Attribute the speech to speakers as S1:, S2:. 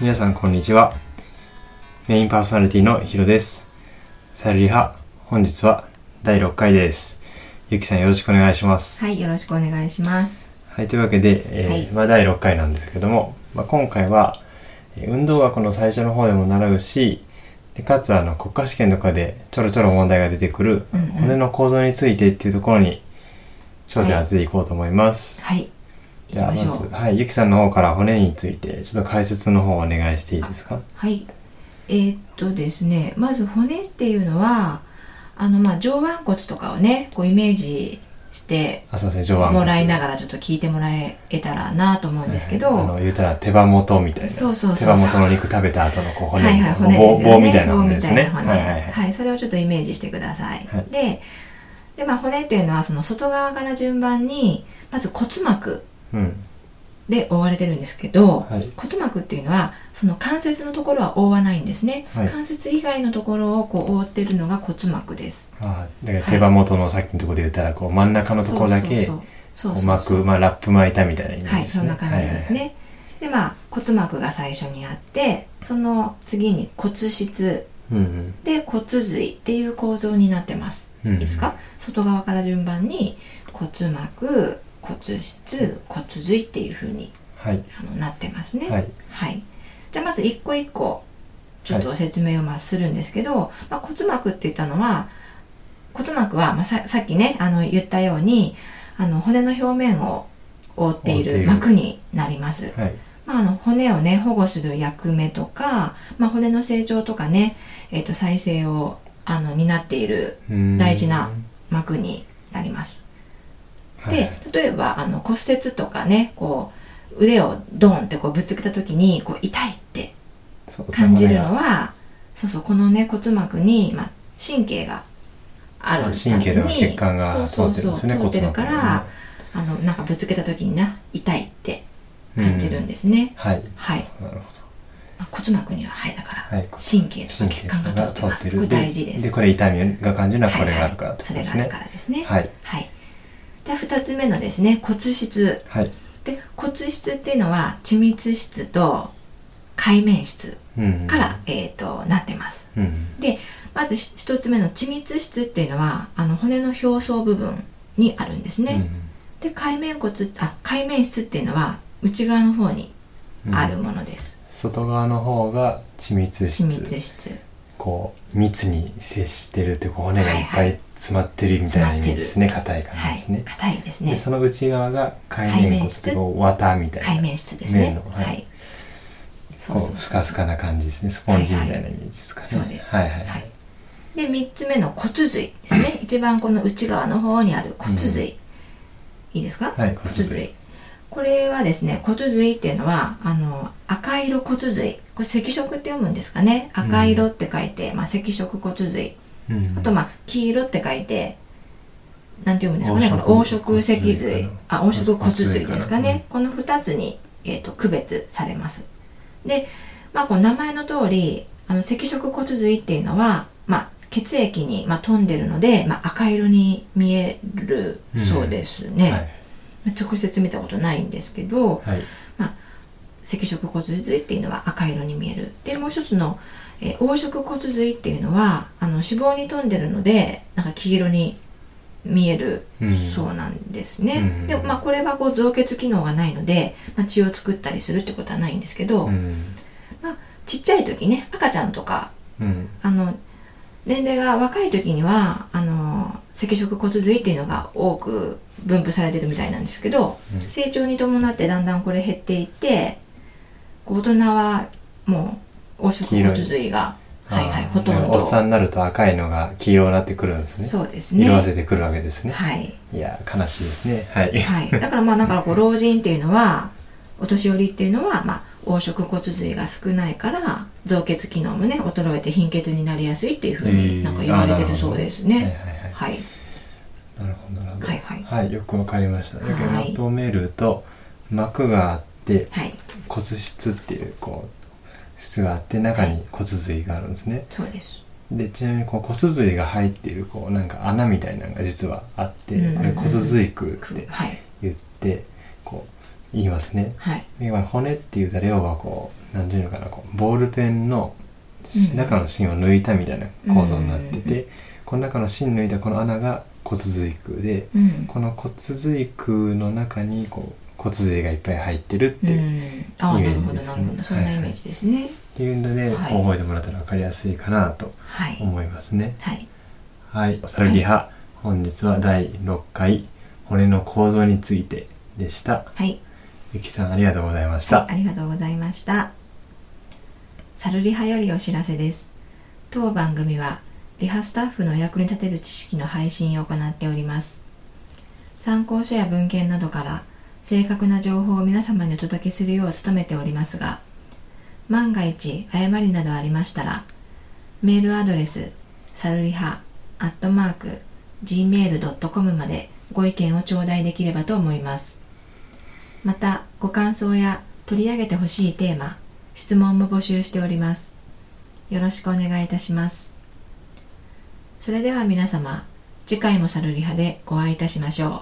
S1: 皆さんこんにちはメインパーソナリティのヒロですサルリハ本日は第6回ですゆきさんよろしくお願いします
S2: はい、よろしくお願いします。
S1: はいというわけで、えー
S2: はい
S1: まあ、第6回なんですけども、まあ、今回はえー運動学の最初の方でも習うしでかつあの国家試験とかでちょろちょろ問題が出てくる
S2: うんうん
S1: 骨の構造についてっていうところに焦点を当てていこうと思います、
S2: はい、行き
S1: じゃあ
S2: ま
S1: ま
S2: しょ
S1: ず、
S2: う。
S1: はい、ゆきさんの方から骨についてちょっと解説の方お願いしていいですか
S2: はい。えーっとですね、まず骨っていうのは、あの、まあ、上腕骨とかをね、こうイメージして
S1: あそうですね上腕骨
S2: もらいながらちょっと聞いてもらえたらなと思うんですけど、
S1: はいあの言うたら手羽元みたいな
S2: そうそうそうそう
S1: 手羽元の肉食べた後のこう
S2: は
S1: 骨
S2: い
S1: みた
S2: はいい、
S1: な、
S2: 骨で
S1: 棒
S2: すよね。
S1: 棒みたいな骨ですね
S2: 棒み
S1: は
S2: た
S1: いは
S2: いない骨。
S1: はい
S2: はい、それをちょっとイメージしてください。
S1: はい
S2: で、で、まあ、骨っていうのは、その外側から順番に、まず骨膜
S1: うん
S2: で覆われてるんですけど、
S1: はい
S2: 骨膜っていうのはその関節のところは覆わないんですね、
S1: はい
S2: 関節以外のところをこう覆ってるのが骨膜です
S1: あだから手羽元のさっきのところで言ったらこう真ん中のところだけ
S2: そうそう
S1: こ
S2: そう
S1: う
S2: そう
S1: 巻
S2: そう
S1: く、まあ、ラップ巻いたみたいなイメージ
S2: はい
S1: です
S2: そ
S1: ね
S2: んな感じですね、でまあ骨膜が最初にあってその次に骨質
S1: はいはいうん
S2: で骨髄っていう構造になってます、
S1: うん
S2: いいですか外側から順番に骨膜骨質骨髄っていう風に
S1: はい
S2: あのなってますね
S1: はい
S2: はい、じゃあまず一個一個ちょっと説明をまあするんですけど、まあ、骨膜って言ったのは骨膜は、まあ、ささっきねあの言ったようにあの骨の表面を覆ってい
S1: 覆ってい
S2: る
S1: る
S2: 膜になります、
S1: はい
S2: まあ、あの骨をね保護する役目とか、まあ、骨の成長とかね、えー、と再生をあの担っている
S1: うん
S2: 大事な膜になります
S1: はい
S2: で例えばあの骨折とかねこう腕をドンってこうぶつけた時にこう痛いって
S1: そうですね
S2: 感じる
S1: 骨
S2: の
S1: が
S2: はそうそうこのね骨膜に、まあ、神経があ
S1: あ
S2: る
S1: 神経とか
S2: ために
S1: 血管が通
S2: そ
S1: っ
S2: う
S1: て
S2: そ
S1: るん
S2: う
S1: で
S2: そう
S1: すね
S2: 通ってるか
S1: 骨膜
S2: ら
S1: がね
S2: あのなんかぶつけた時にな痛いって感じるんですね、
S1: はい
S2: はい、
S1: なるほど
S2: まあ骨膜にははいだから、
S1: はい
S2: 神経とか血管が通ってますこれ大事です
S1: でこれ痛みが感じるのはこれ
S2: は
S1: が
S2: いは
S1: あ
S2: い
S1: るからってこ
S2: そ
S1: とで
S2: れ
S1: す
S2: がある
S1: ね
S2: からですね
S1: はい
S2: はい、じゃあ2つ目のですね骨質
S1: はい
S2: で骨質っていうのは緻密質と界面質
S1: うん
S2: から、えー、となってます
S1: うん
S2: でまずひ一つ目の緻密質っていうのはあの骨の表層部分にあるんですね、で界面骨あ界面質っていうのは内側の方に
S1: うん
S2: あるものです、
S1: 外側の方が緻密
S2: 緻
S1: 質
S2: 密質
S1: こう密に接してるってこう骨がいっぱ
S2: はい
S1: い詰まってるみたいなイ
S2: 詰まっ
S1: メ
S2: て
S1: ー
S2: る
S1: ジですね硬、い
S2: は
S1: 感
S2: い
S1: じですね、
S2: 硬いです
S1: で
S2: ね
S1: その内側が海面
S2: 海
S1: 骨
S2: 綿
S1: って
S2: 質
S1: こう綿みたいな
S2: 界面質ですね
S1: 面のは
S2: はいい、
S1: こうスカスカな感じですねスポンジみたいなイメージですかね、
S2: そうです。
S1: はいはい、
S2: で、三つ目の骨髄です ね。一番この内側の方にある骨髄。いいですか、
S1: はい骨髄
S2: これはですね、骨髄っていうのは、あの、赤色骨髄。これ赤色って読むんですかね。赤色って書いて、まあ赤色骨髄。
S1: うん
S2: あと、まあ、黄色って書いて、なんて読むんですかね。この
S1: 黄
S2: 黄
S1: 色
S2: 色
S1: 骨
S2: 脊
S1: 髄
S2: 髄
S1: か。な
S2: あ、黄色骨髄
S1: 骨
S2: で
S1: 髄
S2: す
S1: か
S2: か
S1: な
S2: ね。この二つに、えっ、と、区別されます。で、まあ、この名前の通り、あの、赤色骨髄っていうのは、まあ、血液に、まあ、飛んでるので、まあ、赤色に見えるそうですね。まあ直接見たことないんですけど、
S1: はい、はい、
S2: 赤色骨髄っていうのは赤色に見えるでもう一つの、えー黄色骨髄っていうのはあの脂肪に富んでるのでなんか黄色に見える、
S1: うん
S2: そうなんですね、
S1: うん
S2: でも、まあ、これはこう造血機能がないので、まあ、血を作ったりするってことはないんですけど、
S1: うん
S2: まあ、ちっちゃい時ね赤ちゃんとか
S1: うん
S2: あの年齢が若い時にはあの赤色骨髄っていうのが多く分布されてるみたいなんですけど、
S1: うん
S2: 成長に伴ってだんだんこれ減っていってこう大人はもう黄色骨髄がはいはい
S1: あー
S2: ほとん
S1: だか
S2: ど
S1: らおっさんになると赤いのが黄色になってくるんですね
S2: そうですね
S1: 色あせてくるわけですね、
S2: はい、
S1: い、や悲しいですねはい、
S2: はい、 だからまあだからこう老人っていうのはお年寄りっていうのはまあ黄色骨髄が少ないから造血機能もね衰えて貧血になりやすいっていうふうになんか言われてるそうです
S1: はいはい
S2: ね、
S1: はい
S2: はい
S1: なるほどなるほど
S2: はいはい
S1: よくわかりましただけど
S2: は
S1: ま
S2: い
S1: とめると膜があって
S2: はい
S1: 骨質っていうこう質があって中に骨髄があるんですね、
S2: そうです
S1: でちなみにこう骨髄が入っているこうなんか穴みたいなのが実はあって、
S2: うんうんうん
S1: これ骨髄腔って
S2: はい
S1: 言ってこう言いますね
S2: はい
S1: 今骨っていう材料はこう何ていうのかなこうボールペンの
S2: うん
S1: 中の芯を抜いたみたいな構造になって
S2: うんうん
S1: て、この中の芯抜いたこの穴が骨髄腔で、
S2: うん
S1: この骨髄腔の中にこう骨髄がいっぱい入ってるっ
S2: う
S1: ていう、っ
S2: んああ
S1: イメ
S2: なる
S1: ー
S2: ほ
S1: ジ
S2: ど
S1: です
S2: な
S1: ね
S2: るほどそんなイメージですね
S1: ていうんで、ね
S2: はい
S1: 覚えてもらったら分かりやすいかなと
S2: はいはい、
S1: 思いますね。はい、サルリハ、本日は第6回骨の構造についてでした。
S2: はい
S1: ゆきさんありがとうございました。
S2: はい、ありがとうございました。サルリハよりお知らせです。当番組は、リハスタッフのお役に立てる知識の配信を行っております。参考書や文献などから、正確な情報を皆様にお届けするよう努めておりますが、万が一、誤りなどありましたら、メールアドレス、サルリハ、アットマーク、gmail.com までご意見を頂戴できればと思います。またご感想や取り上げてほしいテーマ質問も募集しておりますよろしくお願いいたしますそれでは皆様次回もサルリハでお会いいたしましょう